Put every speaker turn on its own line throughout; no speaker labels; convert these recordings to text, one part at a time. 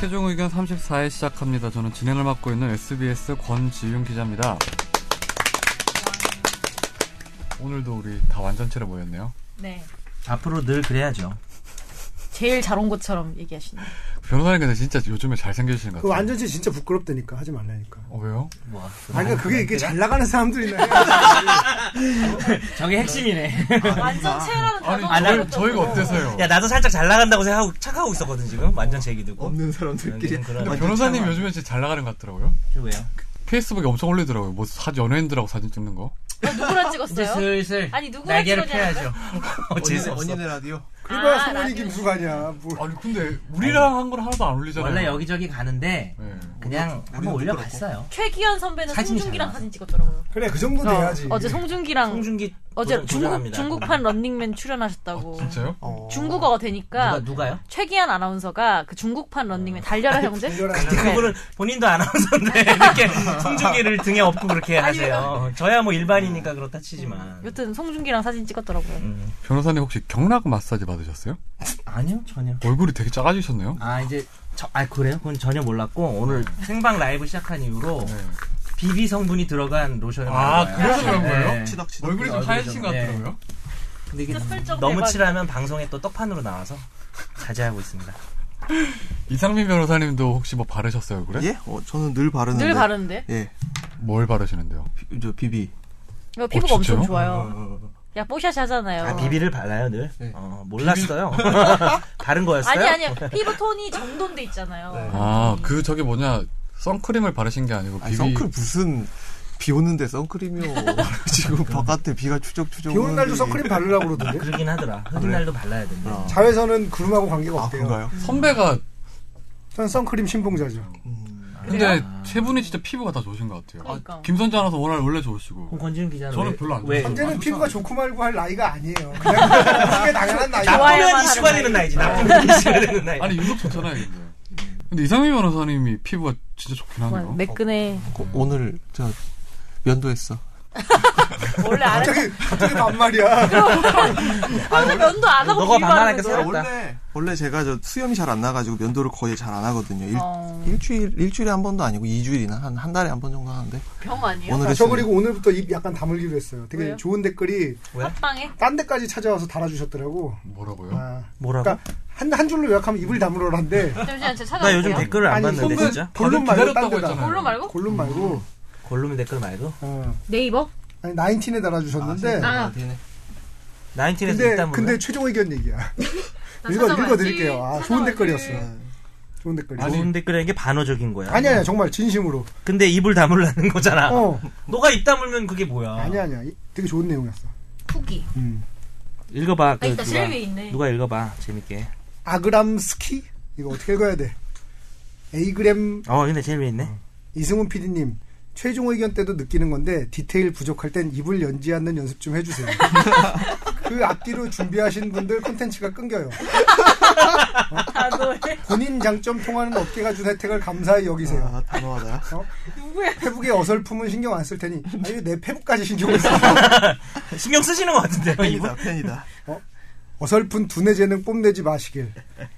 최종 의견 34회 시작합니다. 저는 진행을 맡고 있는 SBS 권지윤 기자입니다. 오늘도 우리 다 완전체로 모였네요.
네.
앞으로 늘 그래야죠.
제일 잘 온 것처럼 얘기하시네.
변호사님 근데 진짜 요즘에 잘생겨지신 것
그
같아요.
완전체 진짜 부끄럽다니까 하지 말라니까.
어, 왜요?
뭐.
아 그러니까 그게 이렇게 잘 나가는 사람들이나
저게 핵심이네.
완전 체라는
아니
단어가
안
저희,
하는
저희가 어때서요?
야 나도 살짝 잘 나간다고 생각하고 착각하고 있었거든 지금. 완전 제기도.
없는 사람들끼리 뭐,
그런
근데
완전
변호사님
참아.
요즘에 진짜 잘 나가는 것 같더라고요.
왜요?
페이스북에 엄청 올리더라고요. 뭐 사, 연예인들하고 사진 찍는 거.
누구랑
이제
찍었어요?
슬슬
아니, 누구랑
날개를
찍었냐는
펴야죠. 어, 재수 없어.
언니네 라디오
그래봐야
아,
소문이
라디오.
김수관이야. 뭐.
아니 근데 우리랑 한 걸 하나도 안 올리잖아요.
원래 여기저기 가는데
네.
그냥
그렇죠.
한번 올려봤어요.
최기현 선배는
사진이
송중기랑
잘
사진 찍었더라고요.
그래 그 정도 돼야지.
어제 송중기랑
송중기
어제
도전-
중국,
도전합니다.
중국판 런닝맨 출연하셨다고.
진짜요?
어.
중국어가 되니까
누가 누가요?
최기현 아나운서가 그 중국판 런닝맨 달려라 형제?
달려라.
네.
그분은 본인도 아나운서인데 이렇게 송중기를 등에 업고 그렇게
아니,
하세요. 음. 저야 뭐 일반이니까 그렇다 치지만.
여튼 송중기랑 사진 찍었더라고요.
음.
변호사님 혹시 경락 마사지 받으셨어요?
아니요 전혀.
얼굴이 되게 작아지셨네요.
아 이제 저, 아 그래요? 그건 전혀 몰랐고 오늘 생방 라이브 시작한 이후로
네.
비비 성분이 들어간 로션을
아,
바른
그래서 그런 거예요?
네.
치덕 치덕
얼굴이 좀
얼굴이
하얘지신 것
좀, 네.
같더라고요.
근데 이게
진짜 슬쩍
너무
대박이다.
칠하면 방송에 또 떡판으로 나와서 자제하고 있습니다.
이상민 변호사님도 혹시 뭐 바르셨어요, 그래?
네?
예? 어, 저는 늘 바르는데
늘 바르는데?
예,
뭘 바르시는데요?
예.
비- 저 비비
이거 피부가 엄청
진짜요?
좋아요.
어,
야 뽀샤시 하잖아요.
아 비비를 발라요 늘?
네.
어, 몰랐어요. 바른 거였어요?
아니 아니요 피부 톤이 정돈돼 있잖아요.
아, 그 저기 뭐냐, 선크림을 바르신 게 아니고
아니,
비비.
선크림 무슨 비 오는데 선크림이요 지금 바깥에 비가 추적추적
비 오는 날도
오는데.
선크림 바르라고 그러던데.
아, 그러긴 하더라. 흑인
그래?
날도 발라야 된대.
아,
자외선은 구름하고 관계가
아
없대요.
그런가요?
선배가
전 선크림 신봉자죠.
음,
근데
아.
세 분이 진짜 피부가 다 좋으신 것 같아요.
아, 그러니까.
김선재 아나서 원래 원래 좋으시고.
어,
그럼 권지윤 기자는
저는
왜,
별로 안
왜?
좋아요.
이제는 피부가 좋고 말고 할 나이가 아니에요. 그냥 그게 당연한 나이야.
나빠. 좋아야만
나쁘면 이슈가
하는
되는 나이지. 나쁘면 이슈가 되는 나이.
아니 유독 좋잖아요,
예.
근데. 근데 이상민 변호사님이 피부가 진짜 좋긴 하네요.
뭐, 매끈해.
고- 오늘 저 면도했어
아,
원래 안 했-
갑자기 갑자기 반말이야.
평소에 면도 안 하고
너가
비비 바르는데요?
반말하니까 서럽다.
아, 원래 원래 제가 저 수염이 잘 안 나가지고 면도를 거의 잘 안 하거든요 일,
어,
일주일 일주일에 한 번도 아니고 2주일이나 한 한 달에 한 번 정도 하는데
병 아니에요?
오늘
저
했어요.
그리고 오늘부터 입 약간 다물기로 했어요. 되게
왜요?
좋은 댓글이
합방에?
딴 데까지 찾아와서 달아주셨더라고.
뭐라고요?
아,
뭐라고?
그러니까 한, 한 줄로 요약하면 입을 다물어라인데
잠시만 제가
나
찾아볼게요.
요즘 댓글을 안
아니,
봤는데
선배-
진짜.
다들
본론 말고
기다렸다고
딴 데다.
했잖아요.
본론 말고?
골룸 말고
골룸 댓글 말고
어.
네이버?
아니 나인틴에 달아주셨는데
아,
아, 되네.
나인틴에서
근데
일단
근데 최종 의견 얘기야. 읽어 읽어 드릴게요. 아, 좋은 댓글이었어. 좋은 댓글이.
좋은
아니
댓글이라는 게 반어적인 거야.
아니 아니야 정말 진심으로.
근데 입을 다물라는 거잖아.
어
너가 입 다물면 그게 뭐야?
아니 아니야 이- 되게 좋은 내용이었어.
후기.
음.
읽어봐.
아,
그
이따
누가,
제일 위에 있네.
누가 읽어봐. 재밌게.
아그람스키 이거 어떻게 읽어야 돼? 에이그램
어, 근데 제일 위에 있네.
이승훈 PD님 최종 의견 때도 느끼는 건데 디테일 부족할 땐 입을 연지 않는 연습 좀 해주세요. 그 앞뒤로 준비하신 분들 콘텐츠가 끊겨요.
아, 노래.
본인 장점 통하는 어깨가 준 혜택을 감사히 여기세요.
아, 단호하다.
누구야?
어? 페북의 어설픔은 신경 안 쓸 테니 아니 내 페북까지 신경을 써
신경 쓰시는 것 같은데요, 이분?
팬이다, 팬이다.
어설픈 두뇌 재능 뽐내지 마시길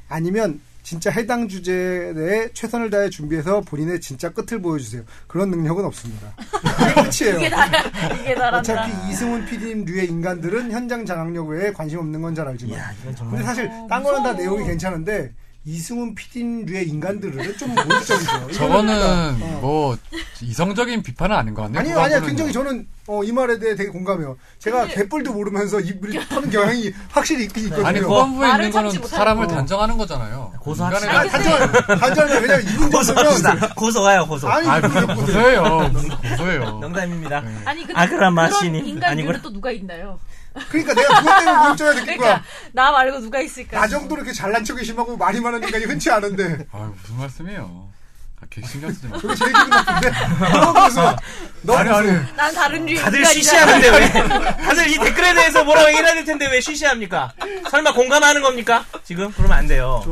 아니면 진짜 해당 주제에 대해 최선을 다해 준비해서 본인의 진짜 끝을 보여주세요 그런 능력은 없습니다 그게
이게
끝이에요
나야. 이게 나란다.
어차피 이승훈 PD님 류의 인간들은 현장 장악력 외에 관심 없는 건 잘 알지만
야, 이건
근데
정말.
사실
어,
딴 거는 다
무서워.
내용이 괜찮은데 이승훈 PD님 류의 인간들은 좀 모욕적이죠
저거는 뭐 이성적인 비판은 아닌 것 같네요.
아니요,
그거
아니요.
보면은.
굉장히 저는 어, 이 말에 대해 되게 공감해요. 제가 개뿔도 모르면서 입을 터는 경향이 확실히 있긴 있거든요.
아니 그 뭐. 후반부에
말을
있는 거는
참지 못하는
사람을
거.
단정하는 거잖아요.
고소합시다.
인간에 대한-
단정하면 단정하면 그냥 이분 정도면
고소합시다. 고소가요, 고소.
아니
아,
이분
무슨
정도면
고소해요. 무슨 고소해요.
농담입니다.
네.
아니 근데
아그람 마시니.
그런 인간
아니구나.
류는 또 누가 있나요?
그러니까 내가 그것 때문에 무협정에 느낀
그러니까
거야.
나 말고 누가 있을까?
나 정도로 이렇게 잘난 척이 심하고 말이 많은 인간이 흔치 않은데
아 무슨 말씀이에요? 아, 걔 신경 쓰지 마.
그게 제 기분 나쁜데 너 무슨 너
아니 아니.
난 다른 류 그러니까
다들
인간이다.
쉬쉬하는데 왜? 다들 이 댓글에 대해서 뭐라고 얘기를 해야 될 텐데 왜 쉬쉬합니까? 설마 공감하는 겁니까? 지금? 그러면 안 돼요.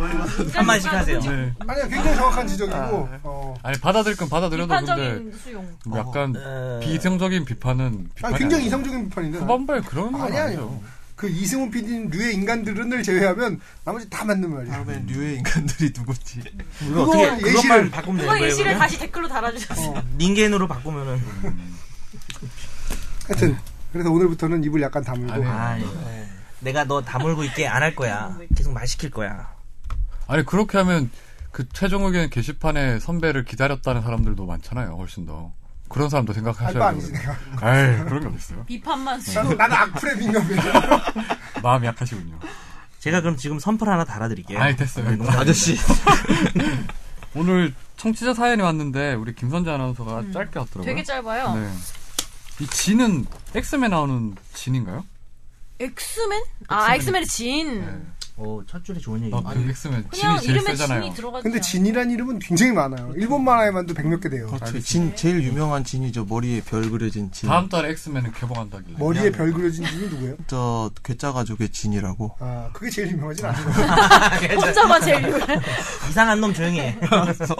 한 마디씩
그러니까
하세요.
네.
아니야 굉장히 정확한 지적이고 어.
아니 받아들일 건 받아들여도 근데
비판적인 수용.
뭐 약간
어.
비성적인 비판은 비판이
네. 아니, 굉장히
아니에요.
이상적인 비판인데
후반부에 그런 건
아니,
아니,
아니요.
아니죠.
그 이승훈 PD님 류의 인간들은을 제외하면 나머지 다 맞는 말이에요.
다음에 류의 인간들이 누구지?
이거 어떻게 그것만
그거 예시를-
바꾸면 되는
그거
거예요? 음.
예시를
그러면?
다시 댓글로 달아주셨어요.
어.
닌겐으로 바꾸면은
하여튼 그래서 오늘부터는 입을 약간 다물고
아니,
아, 예. 내가 너 다물고 있게 안 할 거야. 계속 말 시킬 거야.
아니 그렇게 하면 그 최종 의견 게시판에 선배를 기다렸다는 사람들도 많잖아요. 훨씬 더 그런 사람도
알바
생각하셔야
아니지
돼요.
내가.
아이 그런 게 어딨어요.
비판만 수.
나는 나는 악플에 민감해.
마음이 약하시군요.
제가 그럼 지금 선풀 하나 달아드릴게요. 네,
아이 됐어요.
아저씨.
오늘 청취자 사연이 왔는데 우리 김선재 아나운서가 짧게 왔더라고요.
음. 되게 짧아요.
네. 이 진은 엑스맨 나오는 진인가요?
엑스맨? 아 엑스맨의 진.
네.
오, 뭐, 첫 줄에 좋은 얘기. 아,
어, 그 엑스맨
그냥
진이 제일
이름에
세잖아요.
진이 들어가지.
근데
않아요.
진이란 이름은 굉장히 많아요. 일본 만화에만도 백몇 개
어,
돼요.
그렇죠. 진 제일 유명한 진이죠. 머리에 별 그려진 진.
네. 다음 달에 엑스맨은 개봉한다길래.
머리에 별 그려진 진이 누구예요?
저 괴짜 가족의 진이라고.
아 그게 제일 유명하진 않은 거예요.
아,
혼자만 제일 유명해.
이상한 놈 조용히 해.
알겠습니다.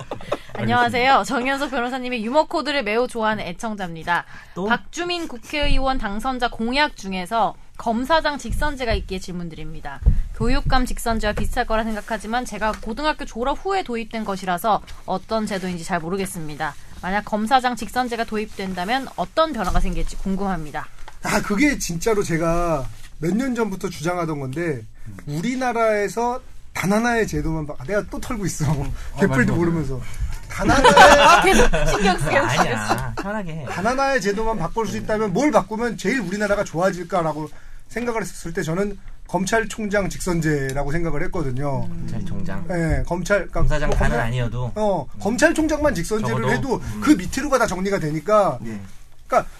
안녕하세요. 정현석 변호사님의 유머 코드를 매우 좋아하는 애청자입니다.
또?
박주민 국회의원 당선자 공약 중에서 검사장 직선제가 있기에 질문드립니다. 교육감 직선제와 비슷할 거라 생각하지만 제가 고등학교 졸업 후에 도입된 것이라서 어떤 제도인지 잘 모르겠습니다. 만약 검사장 직선제가 도입된다면 어떤 변화가 생길지 궁금합니다.
아 그게 진짜로 제가 몇 년 전부터 주장하던 건데 우리나라에서 단 하나의 제도만 봐. 내가 또 털고 있어.
맞아.
개뿔도 모르면서 단 하나의
아, 계속 신경 쓰게
아니야. 편하게 해.
단 하나의 제도만 바꿀 수 있다면 뭘 바꾸면 제일 우리나라가 좋아질까라고 생각을 했을 때 저는 검찰총장 직선제라고 생각을 했거든요.
검찰 총장.
예, 음. 검찰 그러니까
검사장
뭐
반은 아니어도.
어, 검찰총장만 직선제를
적어도.
해도 그 밑으로가 다 정리가 되니까
네.
그러니까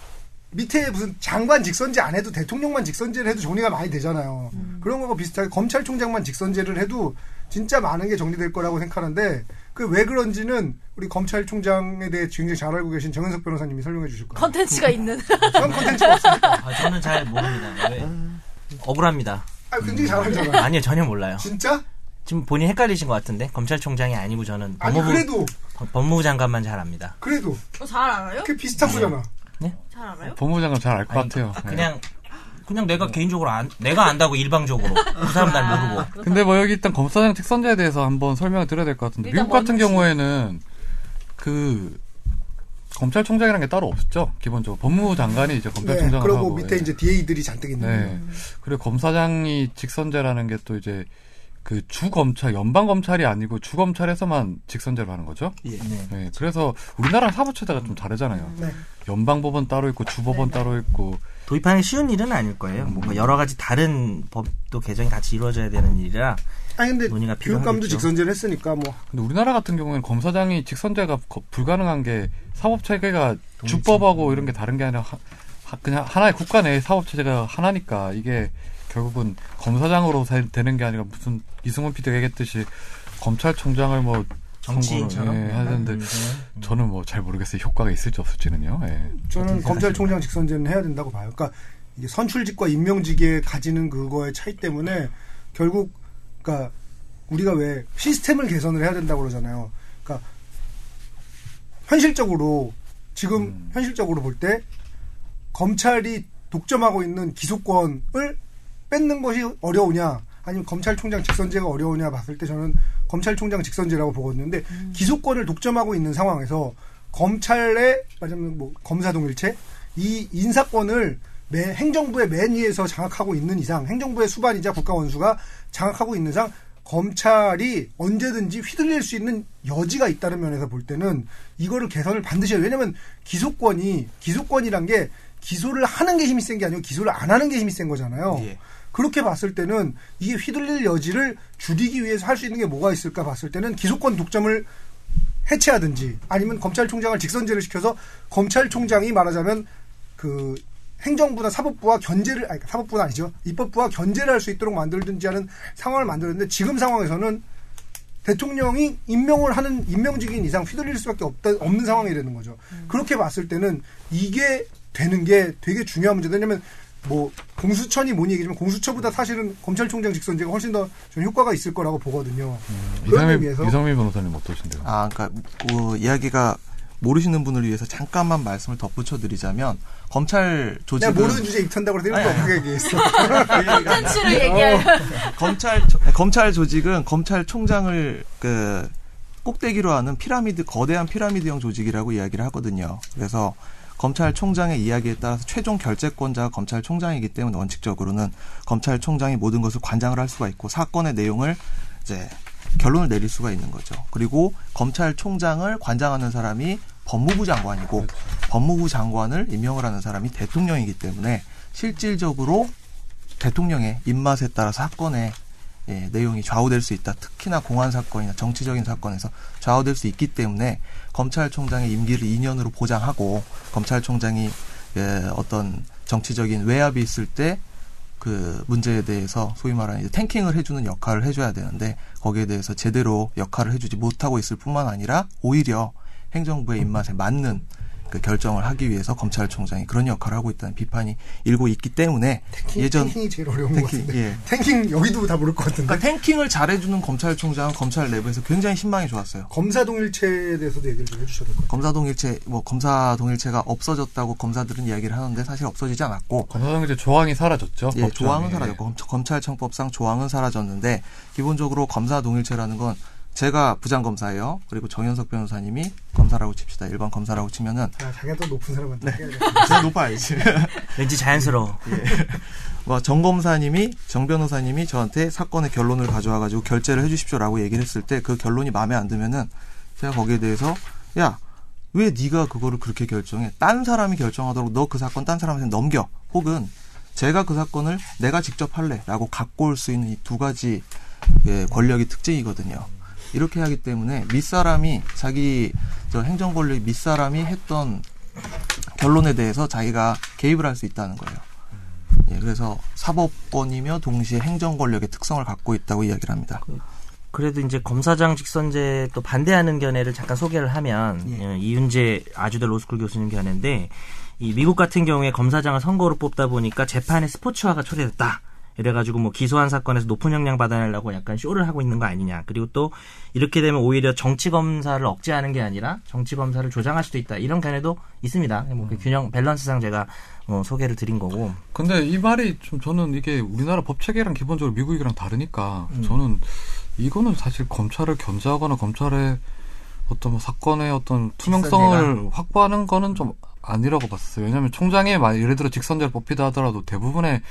밑에 무슨 장관 직선제 안 해도 대통령만 직선제를 해도 정리가 많이 되잖아요. 그런 거하고 비슷하게 검찰총장만 직선제를 해도 진짜 많은 게 정리될 거라고 생각하는데 그 왜 그런지는 우리 검찰총장에 대해 굉장히 잘 알고 계신 정현석 변호사님이 설명해 주실 거예요.
컨텐츠가 있는.
그런 컨텐츠가 없으니까.
아, 저는 잘 모릅니다. 왜? 억울합니다.
아, 굉장히 잘 알잖아요.
아니요, 전혀 몰라요.
진짜?
지금 본인 헷갈리신 것 같은데 검찰총장이 아니고 저는
아니
법무부
그래도
법- 법무부 장관만 잘 압니다.
그래도
어, 잘 알아요?
그게 비슷한 거잖아.
잘 알아요?
법무장관 잘 알 것 같아요. 예.
그냥 그냥 내가 개인적으로 안 내가 안다고 일방적으로 그 사람 날 모르고
근데 뭐 여기 일단 검사장 책선제에 대해서 한번 설명을 드려야 될 것 같은데
일단
미국 같은
뭔지.
경우에는 그 검찰총장이라는 게 따로 없죠. 기본적으로 법무부 장관이 이제
네,
검찰총장을
그러고
하고
밑에
예.
이제 음. DA들이 잔뜩 있는.
네. 그리고 검사장이 직선제라는 게 또 이제 그 주검찰, 연방검찰이 아니고 주검찰에서만 직선제로 하는 거죠.
예.
네, 그래서 우리나라랑 사법체제가 좀 다르잖아요.
네.
연방법원 따로 있고
네,
주법원 따로 있고
도입하는 게 쉬운 일은 아닐 거예요. 뭔가 여러 가지 다른 법도 개정이 같이 이루어져야 되는 일이라
아니 근데
논의가
교육감도
필요하겠죠.
직선제를 했으니까 뭐
근데 우리나라 같은 경우에는 검사장이 직선제가 거- 불가능한 게 사법 체계가 주법하고 이런 게 다른 게 아니라 하- 하- 그냥 하나의 국가 내 사법 체제가 하나니까 이게 결국은 검사장으로 사- 되는 게 아니라 무슨 이승훈 PD가 얘기했듯이 검찰총장을 뭐
정치인처럼 음,
선거를, 예,
네.
해야 되는데 저는 뭐 잘 모르겠어요 효과가 있을지 없을지는요. 예.
저는
어떻게
검찰총장 직선제는 해야 된다고 봐요. 그러니까 이게 선출직과 임명직에 가지는 그거의 차이 때문에 결국 그러니까 우리가 왜 시스템을 개선을 해야 된다고 그러잖아요. 그러니까 현실적으로 지금
음.
현실적으로 볼 때 검찰이 독점하고 있는 기소권을 뺏는 것이 어려우냐 아니면 검찰총장 직선제가 어려우냐 봤을 때 저는 검찰총장 직선제라고 보거든요. 근데 기소권을 독점하고 있는 상황에서 검찰의 말하자면 뭐 검사 동일체 이 인사권을 매, 행정부의 맨 위에서 장악하고 있는 이상 행정부의 수반이자 국가 원수가 장악하고 있는 상 검찰이 언제든지 휘둘릴 수 있는 여지가 있다는 면에서 볼 때는 이거를 개선을 반드시 해요. 왜냐면 기소권이 기소권이란 게 기소를 하는 게 힘이 센 게 아니고 기소를 안 하는 게 힘이 센 거잖아요.
예.
그렇게 봤을 때는 이게 휘둘릴 여지를 줄이기 위해서 할 수 있는 게 뭐가 있을까 봤을 때는 기소권 독점을 해체하든지 아니면 검찰총장을 직선제를 시켜서 검찰총장이 말하자면 그 행정부나 사법부와 견제를 아니 그러니까 사법부는 아니죠 입법부와 견제를 할 수 있도록 만들든지 하는 상황을 만들었는데 지금 상황에서는 대통령이 임명을 하는 임명직인 이상 휘둘릴 수밖에 없다, 없는 상황이 되는 거죠. 그렇게 봤을 때는 이게 되는 게 되게 중요한 문제다. 왜냐면 뭐 공수처니 뭐니 얘기지만 공수처보다 사실은 검찰총장 직선제가 훨씬 더 저는 효과가 있을 거라고 보거든요. 그런
음. 이상민
의미에서
이상민 변호사님 어떠신데요?
아, 그러니까 뭐, 이야기가 모르시는 분을 위해서 잠깐만 말씀을 덧붙여 드리자면 검찰
내가
조직은
네, 모르는 주제 입탄다고 그래서 일부러
뭐 아니,
없게 얘기했어.
콘텐츠를 얘기할
검찰 조- 검찰 조직은 검찰총장을 그 꼭대기로 하는 피라미드 거대한 피라미드형 조직이라고 이야기를 하거든요. 그래서 검찰총장의 이야기에 따라서 최종 결재권자가 검찰총장이기 때문에 원칙적으로는 검찰총장이 모든 것을 관장을 할 수가 있고 사건의 내용을 이제 결론을 내릴 수가 있는 거죠. 그리고 검찰총장을 관장하는 사람이 법무부 장관이고 법무부 장관을 임명을 하는 사람이 대통령이기 때문에 실질적으로 대통령의 입맛에 따라 사건의 예, 내용이 좌우될 수 있다. 특히나 공안 사건이나 정치적인 사건에서 좌우될 수 있기 때문에 검찰총장의 임기를 2년으로 보장하고 검찰총장이 예, 어떤 정치적인 외압이 있을 때 그 문제에 대해서 소위 말하는 이제 탱킹을 해주는 역할을 해줘야 되는데 거기에 대해서 제대로 역할을 해주지 못하고 있을 뿐만 아니라 오히려 행정부의 입맛에 맞는 그 결정을 하기 위해서 검찰총장이 그런 역할을 하고 있다는 비판이 일고 있기 때문에 예전
탱킹이 제일 어려운 것
탱킹,
같은데.
예.
탱킹 여기도 다 모를 것 같은데.
그러니까 탱킹을 잘해주는 검찰총장은 검찰 내부에서 굉장히 신망이 좋았어요.
검사 동일체에 대해서도 얘기를 좀 해주셔야 될 것 같아요.
검사 동일체, 뭐 검사 동일체가 없어졌다고 검사들은 이야기를 하는데 사실 없어지지 않았고
검사장 이제 조항이 사라졌죠.
예,
법정에.
조항은 사라졌고 검- 검찰청법상 조항은 사라졌는데 기본적으로 검사 동일체라는 건 제가 부장검사예요. 그리고 정현석 변호사님이 검사라고 칩시다. 일반 검사라고 치면은
아, 자, 자기한테 높은
네.
사람한테 해야 돼.
제가 높아야지.
왠지 자연스러워.
뭐 정검사님이 정 변호사님이 저한테 사건의 결론을 가져와 가지고 결재를 해주십시오라고 얘기를 했을 때 그 결론이 마음에 안 들면은 제가 거기에 대해서 야 왜 네가 그거를 그렇게 결정해 딴 사람이 결정하도록 너 그 사건 딴 사람한테 넘겨 혹은 제가 그 사건을 내가 직접 할래라고 갖고 올 수 있는 이 두 가지 예, 권력의 특징이거든요. 이렇게 하기 때문에 밑사람이 자기 저 행정 권력 밑사람이 했던 결론에 대해서 자기가 개입을 할 수 있다는 거예요. 예, 그래서 사법권이며 동시에 행정 권력의 특성을 갖고 있다고 이야기를 합니다.
그래도 이제 검사장 직선제 또 반대하는 견해를 잠깐 소개를 하면 어, 이윤재 아주대 로스쿨 교수님 견해인데 이 미국 같은 경우에 검사장을 선거로 뽑다 보니까 재판에 스포츠화가 초래됐다. 이래가지고 뭐 기소한 사건에서 높은 형량 받아내려고 약간 쇼를 하고 있는 거 아니냐. 그리고 또 이렇게 되면 오히려 정치 검사를 억제하는 게 아니라 정치 검사를 조장할 수도 있다. 이런 견해도 있습니다. 뭐그 균형 밸런스상 제가 어, 소개를 드린 거고.
근데 이 말이 좀 저는 이게 우리나라 법 체계랑 기본적으로 미국이랑 다르니까 저는 이거는 사실 검찰을 견제하거나 검찰의 어떤 뭐 사건의 어떤 투명성을 확보하는 거는 좀 아니라고 봤어요. 왜냐하면 총장이 만 예를 들어 직선제를 뽑히다 하더라도 대부분의